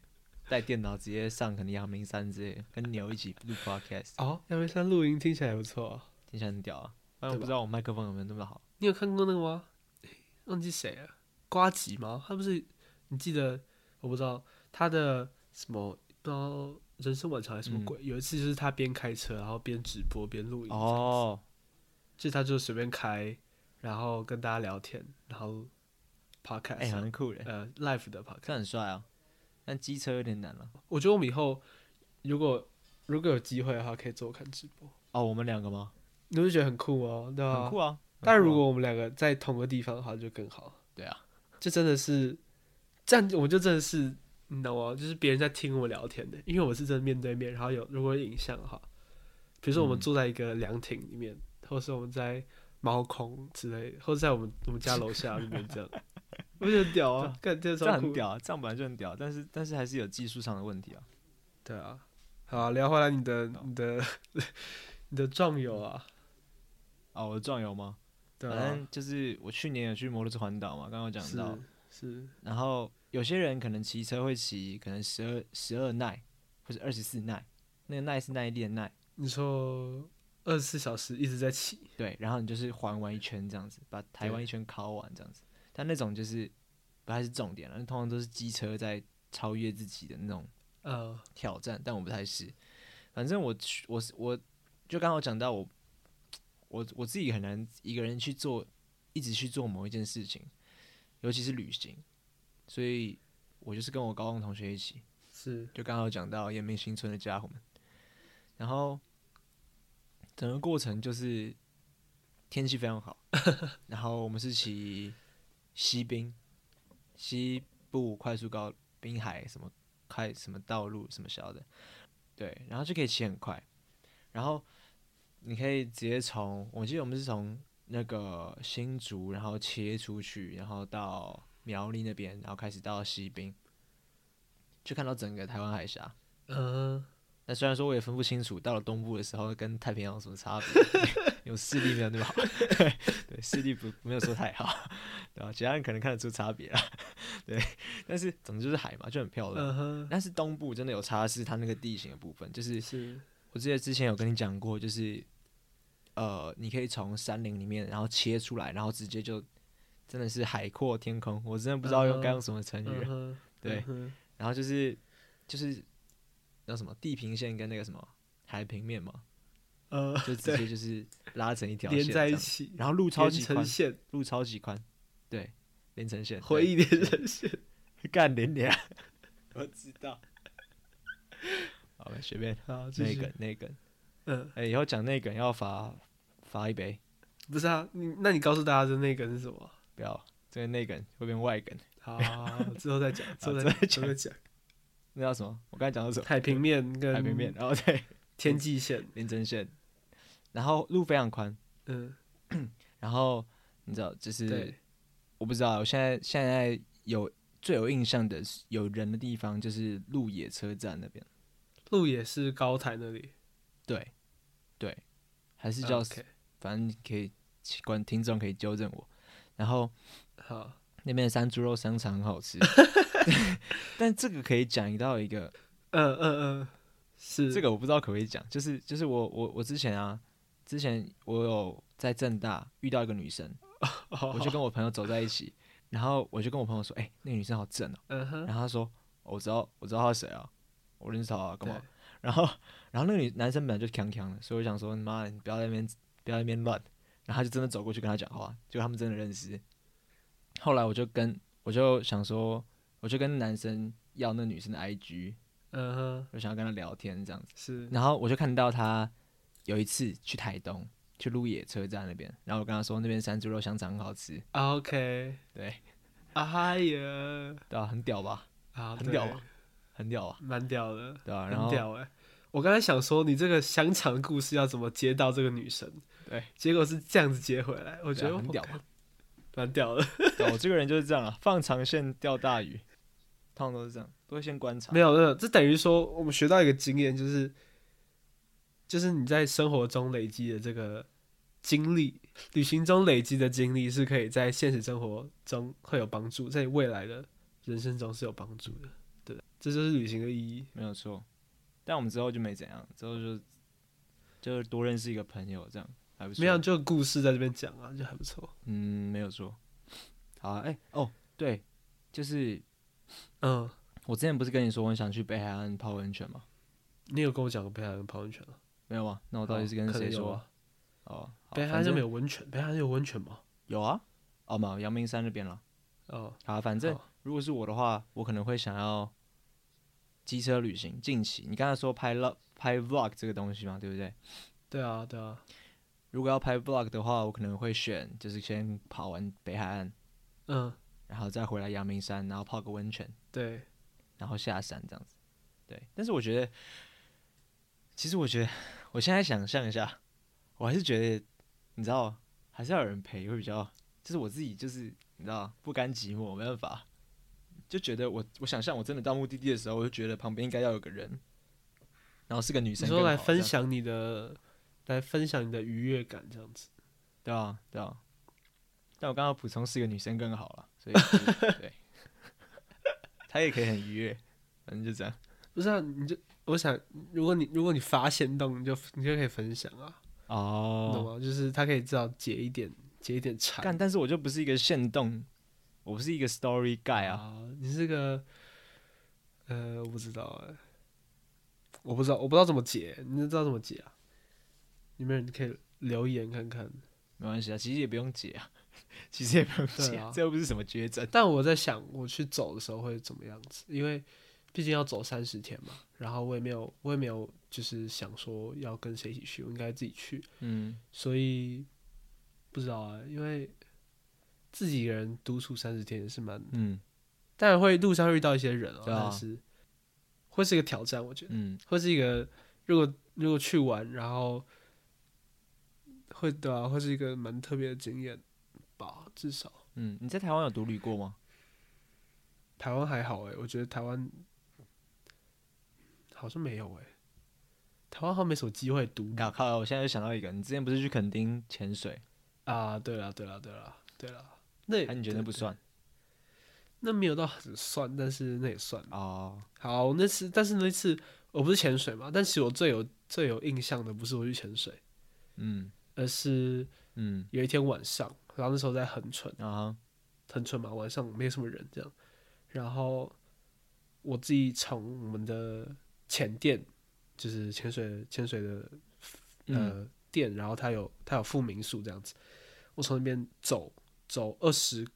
A: 带电脑直接上可能阳明山之类的，跟牛一起录 podcast，
B: 哦，阳明山露营听起来也不错啊。
A: 听起来很屌啊。但我
B: 对
A: 不
B: 吧
A: 知道我麦克风有没有那么好。
B: 你有看过那个吗？哎忘记谁了，瓜吉吗？他不是你记得？我不知道他的什么，不知道人生晚长还是什么鬼。有一次就是他边开车，然后边直播边录影，
A: 哦，
B: 就是他就随便开，然后跟大家聊天，然后 podcast，、
A: 哎，很酷嘞，
B: 呃 live 的 podcast。
A: 这很帅啊。但机车有点难了。
B: 我觉得我们以后如果如果有机会的话，可以做看直播，
A: 哦，我们两个吗？
B: 你会觉得很酷哦，对吧、
A: 很酷啊。
B: 但
A: 很酷啊
B: 如果我们两个在同个地方的话，就更好。
A: 对啊，
B: 这真的是，这样我们就真的是，你懂吗？就是别人在听我聊天的，因为我是真的面对面，然后有如果有影像的话，比如说我们
A: 嗯
B: 坐在一个凉亭里面，或者是我们在猫空之类的，或者在我们我们家楼下里面
A: (laughs)
B: 这样，我觉得很屌啊，干这
A: 这
B: 超
A: 样
B: 酷
A: 很，屌啊，这样本来就很屌，但是但是还是有技术上的问题啊。
B: 对啊。好啊，聊回来你的你的 (laughs) 你的壮游啊，
A: 哦，我的壮游吗？
B: 对
A: 反
B: 啊，
A: 正就是我去年有去摩托车环岛嘛，刚刚有讲
B: 是
A: 到，
B: 是，
A: 然后有些人可能骑车会骑可能十二十二耐或者二十四耐，那个耐是耐力的耐，
B: 你说二十四小时一直在骑，
A: 对，然后你就是环完一圈这样子，把台湾
B: 对
A: 一圈考完这样子，但那种就是不太是重点了，那通常都是机车在超越自己的那种
B: 呃，
A: 挑战，但我不太是。反正我去，我是我就刚好讲到我，我我自己很难一个人去做，一直去做某一件事情，尤其是旅行，所以我就是跟我高中同学一起，
B: 是
A: 就刚好讲到延平新村的家伙们，然后整个过程就是天气非常好， (laughs) 然后我们是骑西滨西部快速高滨海什么开什么道路什么小的，对，然后就可以骑很快，然后你可以直接从我记得我们是从那个新竹，然后切出去，然后到苗栗那边，然后开始到西滨。就看到整个台湾海峡，
B: 嗯，
A: 那虽然说我也分不清楚到了东部的时候跟太平洋有什么差别， (laughs) 有视力没有那么好，对对，视力不没有说太好，对吧、其他人可能看得出差别啦， (laughs) 对，但是总之就是海嘛，就很漂亮。
B: 嗯哼，
A: 但是东部真的有差，是它那个地形的部分，就是
B: 是
A: 我记得之前有跟你讲过，就是呃，你可以从山林里面然后切出来，然后直接就真的是海阔天空，我真的不知道用该用什么成语了
B: 嗯哼，
A: 对
B: 嗯哼
A: 然后就是就是叫什么地平线跟那个什么海平面嘛，
B: 呃，
A: 就直接就是拉成一条线
B: 连在
A: 这
B: 一
A: 样，
B: 起，
A: 然后路超
B: 连
A: 级
B: 成
A: 宽，
B: 线，
A: 路超级宽，对，连成线，
B: 回忆连成线。
A: 对 (laughs) 干连啊连，
B: (laughs)
A: 我知道。好了，随便
B: 好，继
A: 那
B: 续
A: 个那个，
B: 嗯，
A: 哎、以后讲那个要罚罚一杯，
B: 不是啊，你那你告诉大家的那个是什么？
A: 不要这个内梗会变外梗，
B: 好，好好之后再讲，之后
A: 啊之
B: 再
A: 后 (laughs)
B: 讲之后再讲。
A: 那叫什么？我刚才讲到什么？
B: 海平面跟
A: 海平面，啊然后对 (laughs)
B: 天际线，
A: 连成线，然后路非常宽，
B: 嗯，
A: 然后你知道就是
B: 对，
A: 我不知道，我现在现在有最有印象的是有人的地方就是鹿野车站那边，
B: 路也是高台那里，
A: 对，对，还是叫
B: OK，
A: 反正可以观听众可以纠正我。然后
B: 好，
A: 那边的山猪肉香肠很好
B: (laughs)
A: 吃，但这个可以讲到一个，
B: 嗯嗯嗯，是
A: 这个我不知道可不可以讲，就是就是我我我之前啊，之前我有在正大遇到一个女生，
B: 哦
A: 我就跟我朋友走在一起，然后我就跟我朋友说，哎、那个女生好正哦、
B: 嗯哼，
A: 然后他说、哦我知道我知道他是谁啊，我认识他啊，干嘛
B: 对？
A: 然后然后那个女男生本来就强强的，所以我想说妈，你不要在那边不要在那边乱。然后他就真的走过去跟他讲话，结果他们真的认识。后来我就跟我就想说，我就跟男生要那女生的 IG，
B: 嗯哼，
A: 我想要跟他聊天这样子。
B: 是，
A: 然后我就看到他有一次去台东，去鹿野车站那边，然后我跟他说那边山猪肉香肠很好吃，
B: OK，
A: 对
B: 啊嗨呀，
A: 对啊，很屌吧，
B: 啊，
A: 很屌
B: 对
A: 吧，很屌吧，
B: 蛮屌的，
A: 对啊，然
B: 很
A: 后
B: 屌哎、我刚才想说，你这个香肠故事要怎么接到这个女生？
A: 对，
B: 结果是这样子接回来，我
A: 我
B: 觉得
A: 啊很屌
B: 我
A: 吧
B: 靠，蛮屌的。
A: (laughs) 对我这个人就是这样啊，放长线钓大鱼，通常都是这样，都会先观察。
B: 没有，没有，这等于说我们学到一个经验，就是就是你在生活中累积的这个经历，旅行中累积的经历是可以在现实生活中会有帮助，在未来的人生中是有帮助的。这就是旅行的意义。
A: 没有错。但我们之后就没怎样，之后就就多认识一个朋友，这样还不错。
B: 没有，就有故事在这边讲啊，就还不错。
A: 嗯，没有错。好、啊，哎、哦，对，就是
B: 嗯，
A: 我之前不是跟你说我很想去北海岸泡温泉吗？
B: 你有跟我讲过北海岸泡温泉了？
A: 没有吗？那我到底是跟
B: 可能
A: 谁
B: 有
A: 说？
B: 啊？
A: 哦，好
B: 北海
A: 反
B: 岸就
A: 正
B: 没有温泉，北海岸有温泉吗？
A: 有啊，哦，没有，阳明山那边了。
B: 哦，
A: 好啊，反正
B: 好
A: 如果是我的话，我可能会想要机车旅行。近期你刚才说拍 log 拍 vlog 这个东西嘛，对不对？
B: 对啊，对啊，
A: 如果要拍 vlog 的话，我可能会选就是先跑完北海岸，
B: 嗯，
A: 然后再回来阳明山，然后泡个温泉，
B: 对，
A: 然后下山这样子。对，但是我觉得，其实我觉得，我现在想象一下，我还是觉得，你知道，还是要有人陪会比较，就是我自己就是你知道不甘寂寞，没办法，就觉得我我想象我真的到目的地的时候，我就觉得旁边应该要有个人，然后是个女
B: 你
A: 生，
B: 说来分，享你的，来分享你的愉悦感这样子。
A: 对啊对啊。但我刚刚补充是个女生更好了，所
B: (laughs)
A: 以就是对， (laughs) 她也可以很愉悦，反正就这样。
B: 不是啊，你就我想，如果你如果你发现洞，你就你就可以分享啊，
A: 哦
B: 你懂吗？就是他可以至少解一点解一点馋。
A: 干，但是我就不是一个限动，我不是一个 story guy 啊。
B: 啊，你是个，呃，我不知道哎、我不知道，我不知道怎么解，你知道怎么解啊？你们可以留言看看。
A: 没关系啊，其实也不用解啊， (laughs) 其实也不用解、
B: 对啊
A: 这又不是什么绝症。
B: 但我在想，我去走的时候会怎么样子？因为毕竟要走三十天嘛，然后我也没有，我也没有就是想说要跟谁一起去，我应该自己去，
A: 嗯，
B: 所以不知道啊，因为自己一个人独处三十天也是蛮，
A: 嗯
B: 当然会路上会遇到一些人啊，
A: 对啊
B: 但是会是一个挑战，我觉得。
A: 嗯，
B: 会是一个如果如果去玩，然后会对啊，会是一个蛮特别的经验吧，至少
A: 嗯，你在台湾有独旅过吗？
B: 台湾还好诶、欸我觉得台湾好像没有诶、台湾好像没什么机会独立
A: 靠靠！我现在就想到一个，你之前不是去垦丁潜水？
B: 啊。对了，对了，对了，对了，那也
A: 那、啊你觉得那不
B: 对
A: 算？
B: 那没有到很算，但是那也算。
A: 哦，
B: 好，那次但是那次我不是潜水嘛，但其实我最有最有印象的不是我去潜水，
A: 嗯
B: 而是
A: 嗯
B: 有一天晚上，然后那时候在横村。
A: 啊哈，
B: 很蠢嘛，晚上没什么人这样。然后我自己从我们的潜店，就是潜水潜水的呃、店，然后它有它有附民宿这样子。我从那边走走二十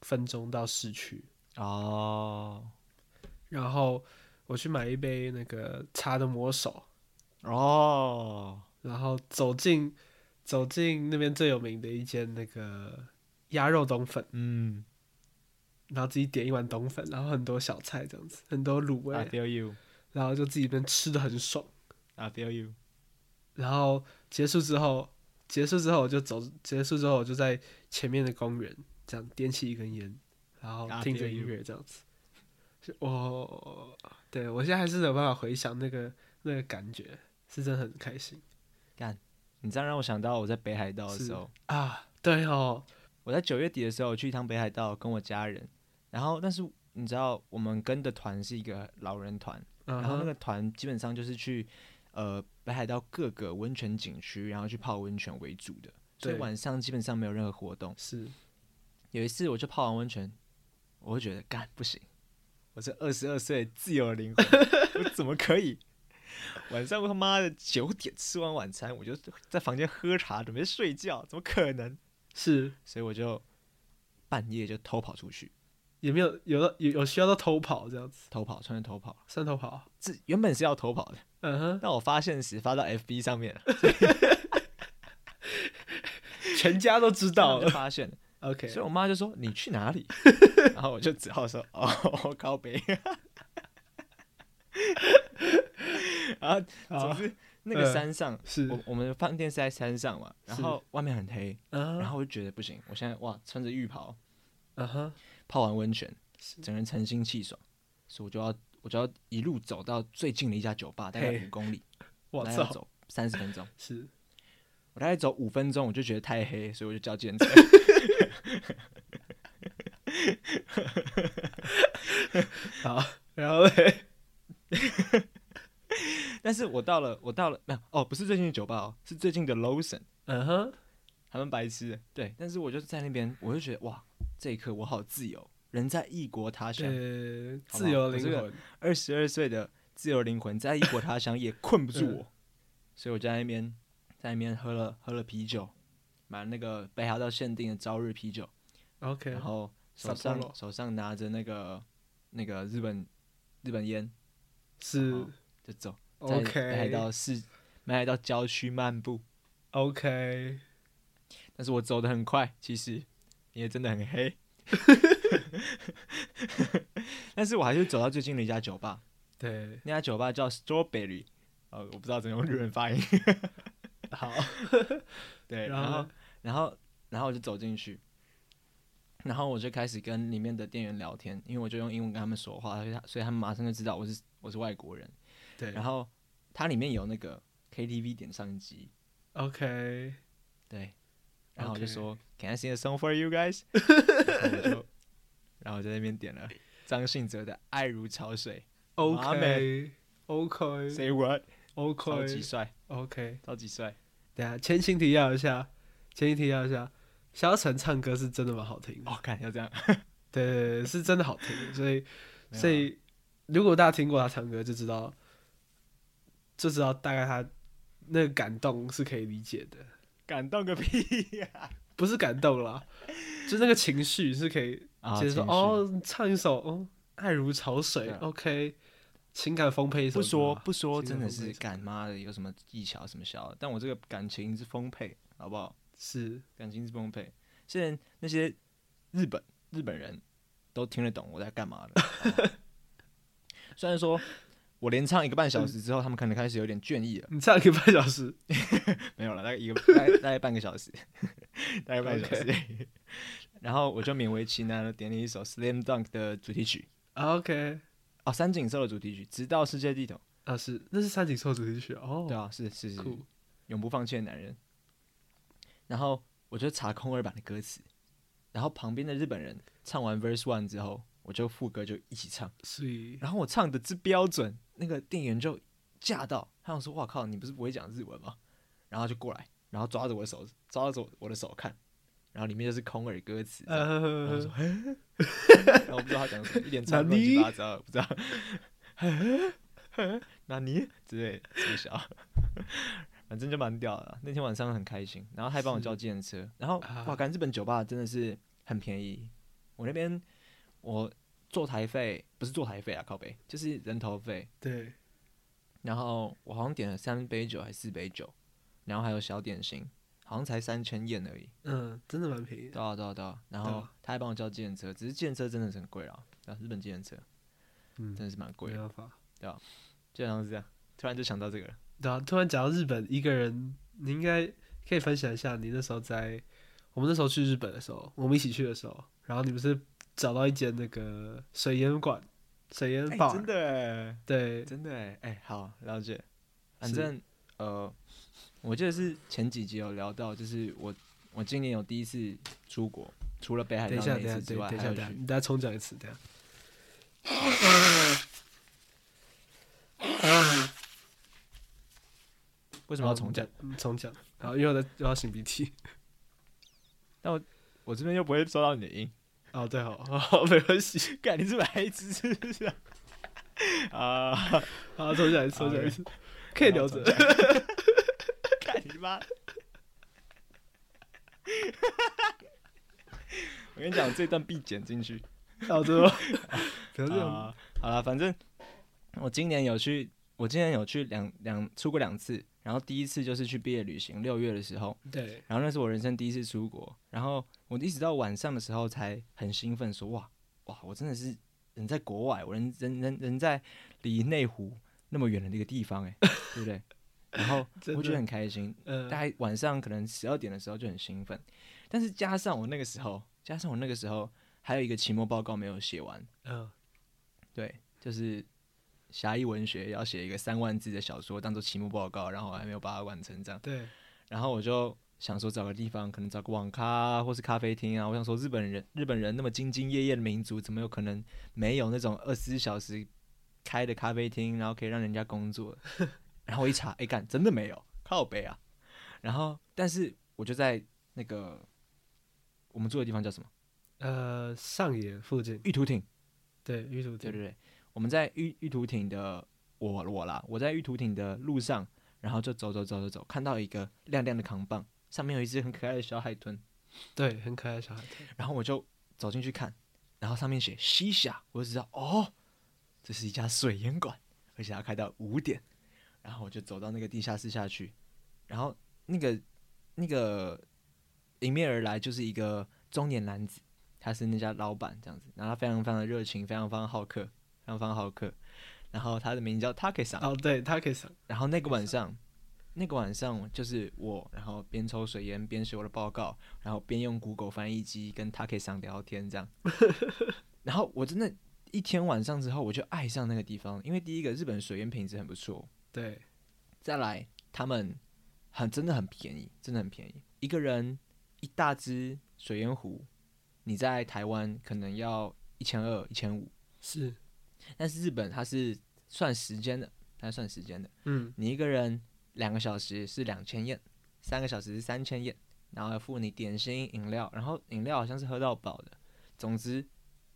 B: 分钟到市区，
A: 哦
B: 然后我去买一杯那个茶的魔手，
A: 哦，
B: 然后走进走进那边最有名的一间那个鸭肉冬粉，
A: 嗯
B: 然后自己点一碗冬粉，然后很多小菜这样子，很多卤味
A: ，I feel you，I
B: 然后就自己边吃的很爽。
A: feel you，
B: 然后结束之后，结束之后我就走，结束之后我就在前面的公园这样点起一根烟，然后
A: 啊
B: 听着
A: 对
B: 音乐这样子。是我对我现在还是没有办法回想那个那个感觉，是真的很开心
A: 你这样让我想到我在北海道的
B: 是
A: 时候，
B: 啊！对哦，
A: 我在九月底的时候去一趟北海道，跟我家人，然后但是你知道我们跟的团是一个老人团，
B: 然
A: 然后那个团基本上就是去呃北海道各个温泉景区，然后去泡温泉为主的，所以
B: 对
A: 晚上基本上没有任何活动。
B: 是
A: 有一次我就泡完温泉，我会觉得干不行，我这二十二岁自由的灵魂，我怎么可以？晚上他妈的九点吃完晚餐，我就在房间喝茶准备睡觉，怎么可能？
B: 是
A: 所以我就半夜就偷跑出去，
B: 也没有有到有有需要到偷跑这样子，
A: 偷跑，穿着偷跑，
B: 算偷跑，
A: 这原本是要偷跑的，
B: 嗯哼，
A: 但我发现时发到 FB 上面了，
B: 全家都知道
A: 我 (laughs) 就
B: 了。
A: 发现了，
B: OK，
A: 所以我妈就说你去哪
B: (laughs)
A: 里，然后我就只好说哦，我靠北， (laughs) 然后总
B: 好
A: 之那个
B: 嗯
A: 山上，
B: 是
A: 我我们的饭店是在山上嘛，然
B: 是
A: 后外面很黑，
B: 嗯
A: 然
B: 哼
A: 后我就觉得不行，我现在哇穿着浴袍
B: 嗯哼，
A: 泡完温泉，
B: 是
A: 整个人神清气爽，所以我就要我就要一路走到最近的一家酒吧，大概
B: 嘿
A: 五公里，
B: 我
A: 大概要
B: 操，
A: 走三十分钟。
B: 是
A: 我大概走五分钟，我就觉得太黑，所以我就叫
B: (laughs)
A: 健车。
B: 好，然后嘞，
A: 是我到了，我到了，没有哦，不是最近的酒吧哦，是最近的 Lawson，
B: 嗯哼，
A: 他们白痴。对，但是我就在那边，我就觉得哇，这一刻我好自由，人在异国他乡，
B: 呃，
A: 好
B: 自由
A: 我这
B: 灵
A: 个
B: 魂，
A: 二十二岁的自由灵魂在异国他乡也困不住我，所以我就在那边，在那边喝了喝了啤酒，买了那个北海道限定的朝日啤酒，
B: OK，
A: 然后手上
B: Sapporo
A: 手上拿着那个那个日本日本烟
B: 是
A: 好就走，在北海
B: OK
A: 道市北海道郊区漫步。
B: OK，
A: 但是我走的很快，其实也真的很黑。 (laughs) 但是我还是走到最近的一家酒吧，
B: 对，
A: 那家酒吧叫 Strawberry，呃，我不知道怎么用日文发音。
B: (laughs) 好，
A: (laughs) 对，
B: 然
A: 然
B: 后
A: 后
B: 呢
A: 然后然后我就走进去，然后我就开始跟里面的店员聊天，因为我就用英文跟他们说话，所以他所以他们马上就知道我是我是外国人。
B: 对，
A: 然后它里面有那个 KTV 点唱机，
B: OK，
A: 对，然后我就
B: OK
A: 说 Can I sing a song for you guys？然后我
B: (laughs)
A: 就，然后我在那边点了张信哲的《爱如潮
B: (laughs)
A: 水》
B: OK OK
A: ，Say what？超
B: OK
A: 级帅，
B: OK，
A: 超级帅。
B: 等一下前情提要一下，前情提要一下，萧晨唱歌是真的蛮好听的，
A: 哦，看要这样，
B: 对对对，是真的好听，所以
A: (laughs) 没有啊
B: 所以如果大家听过他唱歌，就知道就知道大概他那个感动是可以理解的，
A: 感动个屁呀！ (laughs)
B: 不是感动啦， (laughs) 就那个情绪是可以
A: 啊
B: 接受。
A: 情绪
B: 哦，唱一首哦，爱如潮水、
A: 对啊
B: o k 情感丰沛一首
A: 不
B: 歌
A: 说
B: 啊
A: 不说，真的
B: 情
A: 是
B: 感
A: 干
B: 丰沛一首歌
A: 妈的有什么技巧什么小的，但我这个感情是丰沛，好不好？
B: 是
A: 感情是丰沛，虽然那些日本日本人都听得懂我在干嘛的，好 (laughs) 不好虽然说我连唱一个半小时之后，他们可能开始有点倦意了。
B: 你唱一个半小时，
A: 没有了，大概一个大概大概半个小时，大概半个小时。 (laughs) 然后我就勉为其难的点了一首《Slam Dunk》的主题曲，
B: 啊 OK
A: 哦，三井寿的主题曲，直到世界尽头。
B: 啊是，那是三井寿主题曲哦，
A: 对啊，是是是，
B: 酷
A: 永不放弃的男人。然后我就查空耳版的歌词，然后旁边的日本人唱完 verse one 之后，我就副歌就一起唱，
B: 所以
A: 然后我唱的之标准，那个店员就吓到，他想说：“哇靠，你不是不会讲日文吗？”然后就过来，然后抓着我的手，抓着我的手看，然后里面就是空耳歌词，然后我
B: 呃
A: 说，嘿然后我不知道他讲什么，一连串
B: 哪
A: 乱七
B: 里
A: 八糟的，不知道，那你之类的，这么小，反正就蛮屌的啊。那天晚上很开心，然后还帮我叫计程车，然后
B: 啊
A: 哇，感日本酒吧真的是很便宜，我那边我坐台费不是坐台费啊，靠北，就是人头费，
B: 对
A: 然后我好像点了三杯酒还是四杯酒，然后还有小点心，好像才三千yen 而已。
B: 嗯，真的蛮便宜的，
A: 对啊对啊对啊，然
B: 对
A: 后
B: 啊
A: 他还帮我叫计程车，只是计程车真的是很贵啦，啊，日本计程车
B: 嗯啊
A: 真，的是蛮贵
B: 没
A: 的，
B: 办法。
A: 基本上是这样。突然就想到这个了，
B: 对啊，突然讲到日本一个人，你应该可以分享一下你那时候在我们那时候去日本的时候，我们一起去的时候，然后你不是找到一间那个水烟馆、水烟
A: 哎
B: 吧、
A: 真的
B: 对，
A: 真的哎、哎好了解。反
B: 是
A: 正呃，我记得是前几集有聊到，就是我我今年有第一次出国，除了北海
B: 等一
A: 道
B: 下，
A: 那
B: 等一
A: 次啊
B: 下，
A: 之
B: 等
A: 外，
B: 一
A: 还
B: 下，
A: 有
B: 等一下，
A: 去
B: 你再重讲一次，等一下。
A: 为什么要重讲？？
B: 嗯
A: (laughs)
B: 重讲。然后又在又要擤鼻涕。
A: 我这边又不会收到你的音。
B: 哦，对哦，好， (laughs) 没关系。
A: (laughs) 干，你是白痴是不是啊？啊， (laughs)
B: 好，重讲一次，重讲一次，可以留着。
A: 干你妈！ (laughs) 我跟你讲，这段必剪进去。
B: 好的，不 (laughs) 要这样。
A: 啊，好了，反正我今年有去，我今年有去两两出过两次，然后第一次就是去毕业旅行，六月的时候，
B: 对，
A: 然后那是我人生第一次出国，然后我一直到晚上的时候才很兴奋，说哇哇，我真的是人在国外，我人人人人在离内湖那么远的一个地方、欸，哎，对不对？然后
B: 真
A: 我觉得
B: 的
A: 很开心，
B: 嗯
A: 大概晚上可能十二点的时候就很兴奋，但是加上我那个时候，加上我那个时候还有一个期末报告没有写完，
B: 嗯，
A: 对，就是侠义文学要写一个三万字的小说当做期末报告，然后我还没有把它完成这样。
B: 对，
A: 然后我就想说找个地方，可能找个网咖啊或是咖啡厅啊。我想说日本人日本人那么兢兢业业的民族，怎么有可能没有那种二十四小时开的咖啡厅，然后可以让人家工作？然后我一查，哎、干，真的没有，靠北啊。然后，但是我就在那个我们住的地方叫什么？
B: 呃，上野附近，
A: 玉图町。
B: 对，玉竹
A: 对对
B: 町，
A: 对，我们在玉玉图町的我我啦，我在玉图町的路上，然后就走走走走走，看到一个亮亮的扛棒，上面有一只很可爱的小海豚，
B: 对，很可爱的小孩子，
A: 然后我就走进去看，然后上面写西峡，我就知道哦，这是一家水烟馆，而且它开到五点，然后我就走到那个地下室下去，然后那个那个迎面而来就是一个中年男子，他是那家老板这样子，然后他非常非常的热情，非常非常好客，非常非常好客，然后他的名字叫 t a k e s a
B: 哦，对，他可以上，
A: 然后那个晚上，那个晚上就是我，然后边抽水烟边写我的报告，然后边用 Google 翻译机跟 Taki 上聊天这样。然后我真的，一天晚上之后我就爱上那个地方，因为第一个日本水烟品质很不错，
B: 对，
A: 再来他们很真的很便宜，真的很便宜，一个人一大支水烟壶，你在台湾可能要一千二、一千五，
B: 是，
A: 但是日本它是算时间的，它是算时间的。
B: 嗯，
A: 你一个人两个小时是两千 y 三个小时是三千 y 然后还付你点心、饮料，然后饮料好像是喝到饱的。总之，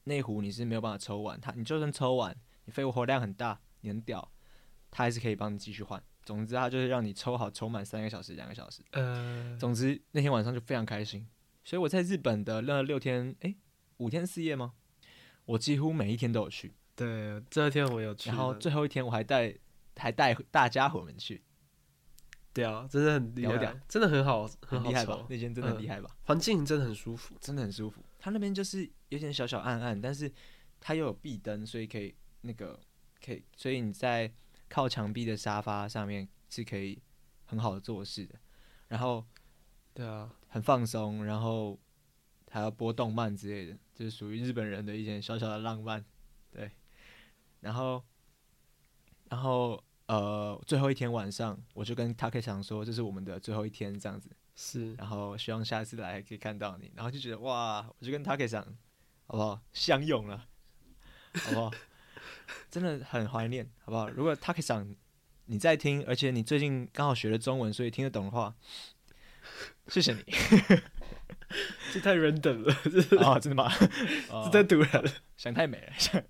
A: 那壶你是没有办法抽完，它你就算抽完，你肺活量很大，你很屌，它还是可以帮你继续换。总之，它就是让你抽好抽满三个小时、两个小时。
B: 呃，
A: 总之那天晚上就非常开心，所以我在日本的那六天，诶，五天四夜吗？我几乎每一天都有去，
B: 对，这天我有去了，
A: 然后最后一天我还带还带大家伙们去，
B: 屌，啊真的很厉
A: 屌
B: 害，
A: 屌
B: 真的很好，
A: 很
B: 好
A: 厉害吧
B: 抽？
A: 那间真的很
B: 嗯
A: 厉害吧？
B: 环境真的很舒服，
A: 真的很舒服。它那边就是有点小小暗暗，但是它又有壁灯，所以可以那个可以，所以你在靠墙壁的沙发上面是可以很好的做事的，然后
B: 对啊，
A: 很放松，然后还要播动漫之类的，就是属于日本人的一点小小的浪漫，对。然后，然后呃，最后一天晚上，我就跟 Take 想说，这是我们的最后一天这样子，
B: 是，
A: 然后希望下次来可以看到你，然后就觉得哇，我就跟他可以想，好不好？相拥了，好不好？ (laughs) 真的很怀念，好不好？如果他可以想你在听，而且你最近刚好学了中文，所以听得懂的话，谢谢你
B: 这太 random 了，这
A: 啊！真的
B: (laughs)
A: 吗？
B: 这
A: 哦
B: 太突然了。
A: 想太美了，想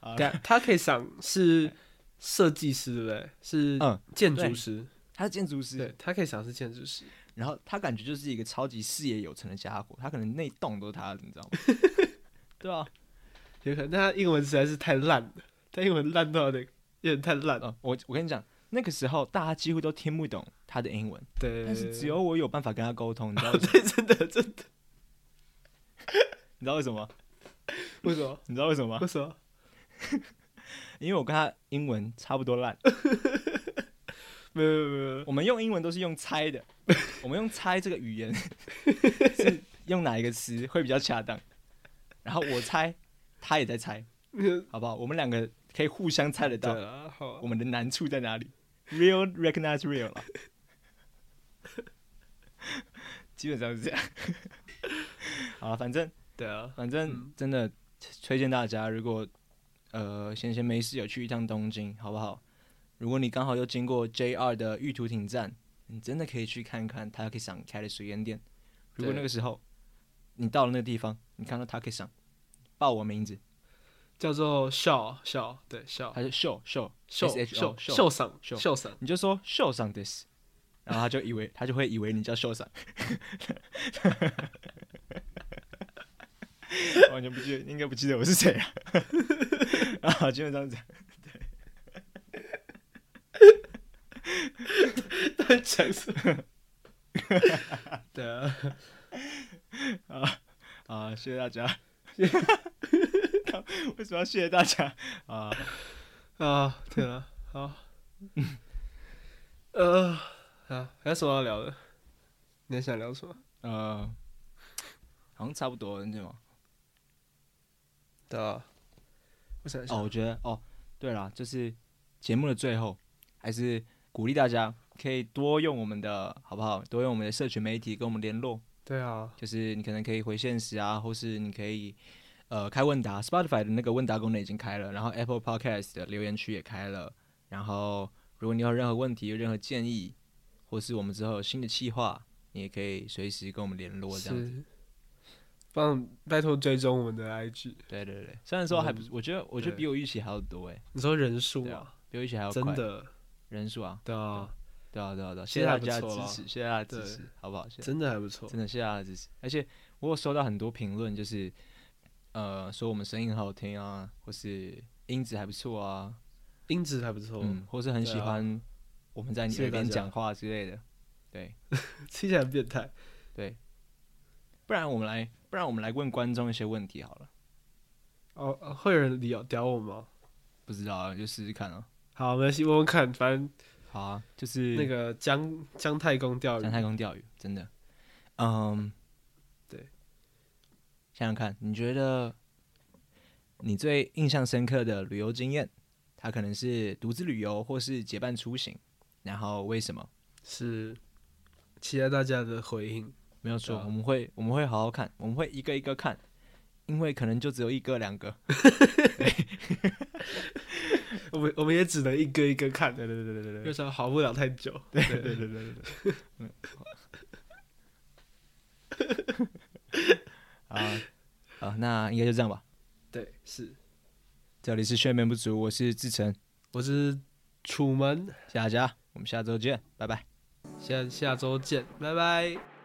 A: 好
B: 对啊，他可以想是设计师，对不对？是
A: 嗯
B: 建
A: 对
B: 筑师，
A: 他是建筑
B: 对
A: 师，
B: 他可以想是建筑师，
A: 然后他感觉就是一个超级事业有成的家伙，他可能那一栋都是他的，你知道吗？
B: (laughs)
A: 对啊，
B: 有可能，但他英文实在是太烂了，他英文烂到有点有点太烂了。
A: 嗯，我我跟你讲，那个时候大家几乎都听不懂他的英文。
B: 对，
A: 但是只有我有办法跟他沟通，你知道为什么？
B: 对，真的真的，
A: 你知道为什么？
B: 为什么？
A: 你知道为什么吗
B: 为？什么？
A: 因为我跟他英文差不多烂，
B: 没有没有没有没有，
A: 我们用英文都是用猜的，我们用猜这个语言 (laughs) 是用哪一个词会比较恰当，然后我猜，他也在
B: (laughs)
A: 猜，
B: 没有
A: 好不好？我们两个可以互相猜得
B: 对
A: 到
B: 了，好啊
A: 我，们的难处在哪里，real recognize real 啊了， (laughs) 基本上是这样。 (laughs) 好了，反正
B: 对啊，
A: 反正
B: 嗯
A: 真的推荐大家，如果呃闲闲没事有去一趟东京，好不好？如果你刚好又经过 JR 的玉图町站，你真的可以去看看 Taki 上开的水烟店。如果
B: 对
A: 那个时候你到了那个地方，你看到 Taki 上报我名字，
B: 叫做笑笑，对笑
A: 他就秀秀
B: 秀
A: S H O
B: 秀秀赏
A: 秀
B: 秀赏，
A: 你就说秀上 this，然后他就以为 (laughs) 他就会以为你叫秀上，完全不记得，应该不记得我是谁啊。 (laughs) 啊，基本上是这样
B: 他在讲什么？对啊，
A: 啊，谢谢大家。靠 (laughs) 为什么要谢谢大家啊？
B: (laughs) 啊，天啊，好， (laughs) 呃，啊，还有什么要聊的？你还想聊什么？
A: 呃，好像差不多了，对吗？
B: 对啊，我想一想，
A: 哦，我觉得哦，对啦，就是节目的最后，还是鼓励大家可以多用我们的好不好？多用我们的社群媒体跟我们联络，
B: 对啊，
A: 就是你可能可以回现实啊，或是你可以呃开问答，Spotify 的那个问答功能已经开了，然后 Apple Podcast 的留言区也开了，然后如如果你有任何问题、有任何建议，或是我们之后有新的计划，你也可以随时跟我们联络这样子。
B: 是，帮拜托追踪我们的 IG，
A: 对对对，虽然说还不
B: 我，
A: 我觉得我觉得
B: 嗯对
A: 比我预期还要多哎，
B: 你说人数
A: 对
B: 啊，
A: 啊，比我预期还要快
B: 真的，
A: 人数啊，
B: 对啊，
A: 对啊对啊对啊，
B: 其
A: 谢
B: 实
A: 谢
B: 还
A: 大
B: 不
A: 家的
B: 错
A: 支
B: 啦
A: 持，谢谢大家的
B: 对
A: 支持，好不好？谢谢。
B: 真的还不错，
A: 真的谢谢大家的支持。而且我有收到很多评论，就是呃说我们声音很好听啊，或是音质还不错啊，
B: 音质还不错，
A: 嗯，或是很喜
B: 对啊
A: 欢我们在你
B: 谢谢
A: 耳边
B: 大家
A: 讲话之类的。对
B: 听起来很变态。
A: 对，不然我们来，不然我们来问观众一些问题好了。
B: 哦，哦会有人屌屌我吗？
A: 不知道啊，就试试看啊。
B: 好，没关系，问问看，反正
A: 好啊，就是
B: 那个姜姜太公钓鱼
A: 姜，太公钓鱼，真的，嗯，
B: 对，
A: 想想看，你觉得你最印象深刻的旅游经验，它可能是独自旅游或是结伴出行，然后为什么？
B: 是期待大家的回应。
A: 没有错，
B: 对啊
A: 我们会我们会好好看，我们会一个一个看，因为可能就只有一个两个，
B: 我们我们也只能一个一个看，
A: 对对对对
B: 因为，想好不了太久。
A: 对对对对对 (laughs) 对，啊啊，那应该就这样吧。
B: 对，是，
A: 这里是睡眠不足，我是志成。
B: 我是楚门，
A: 啊谢谢大家，我们下周见，拜拜。
B: 下下周见，拜拜。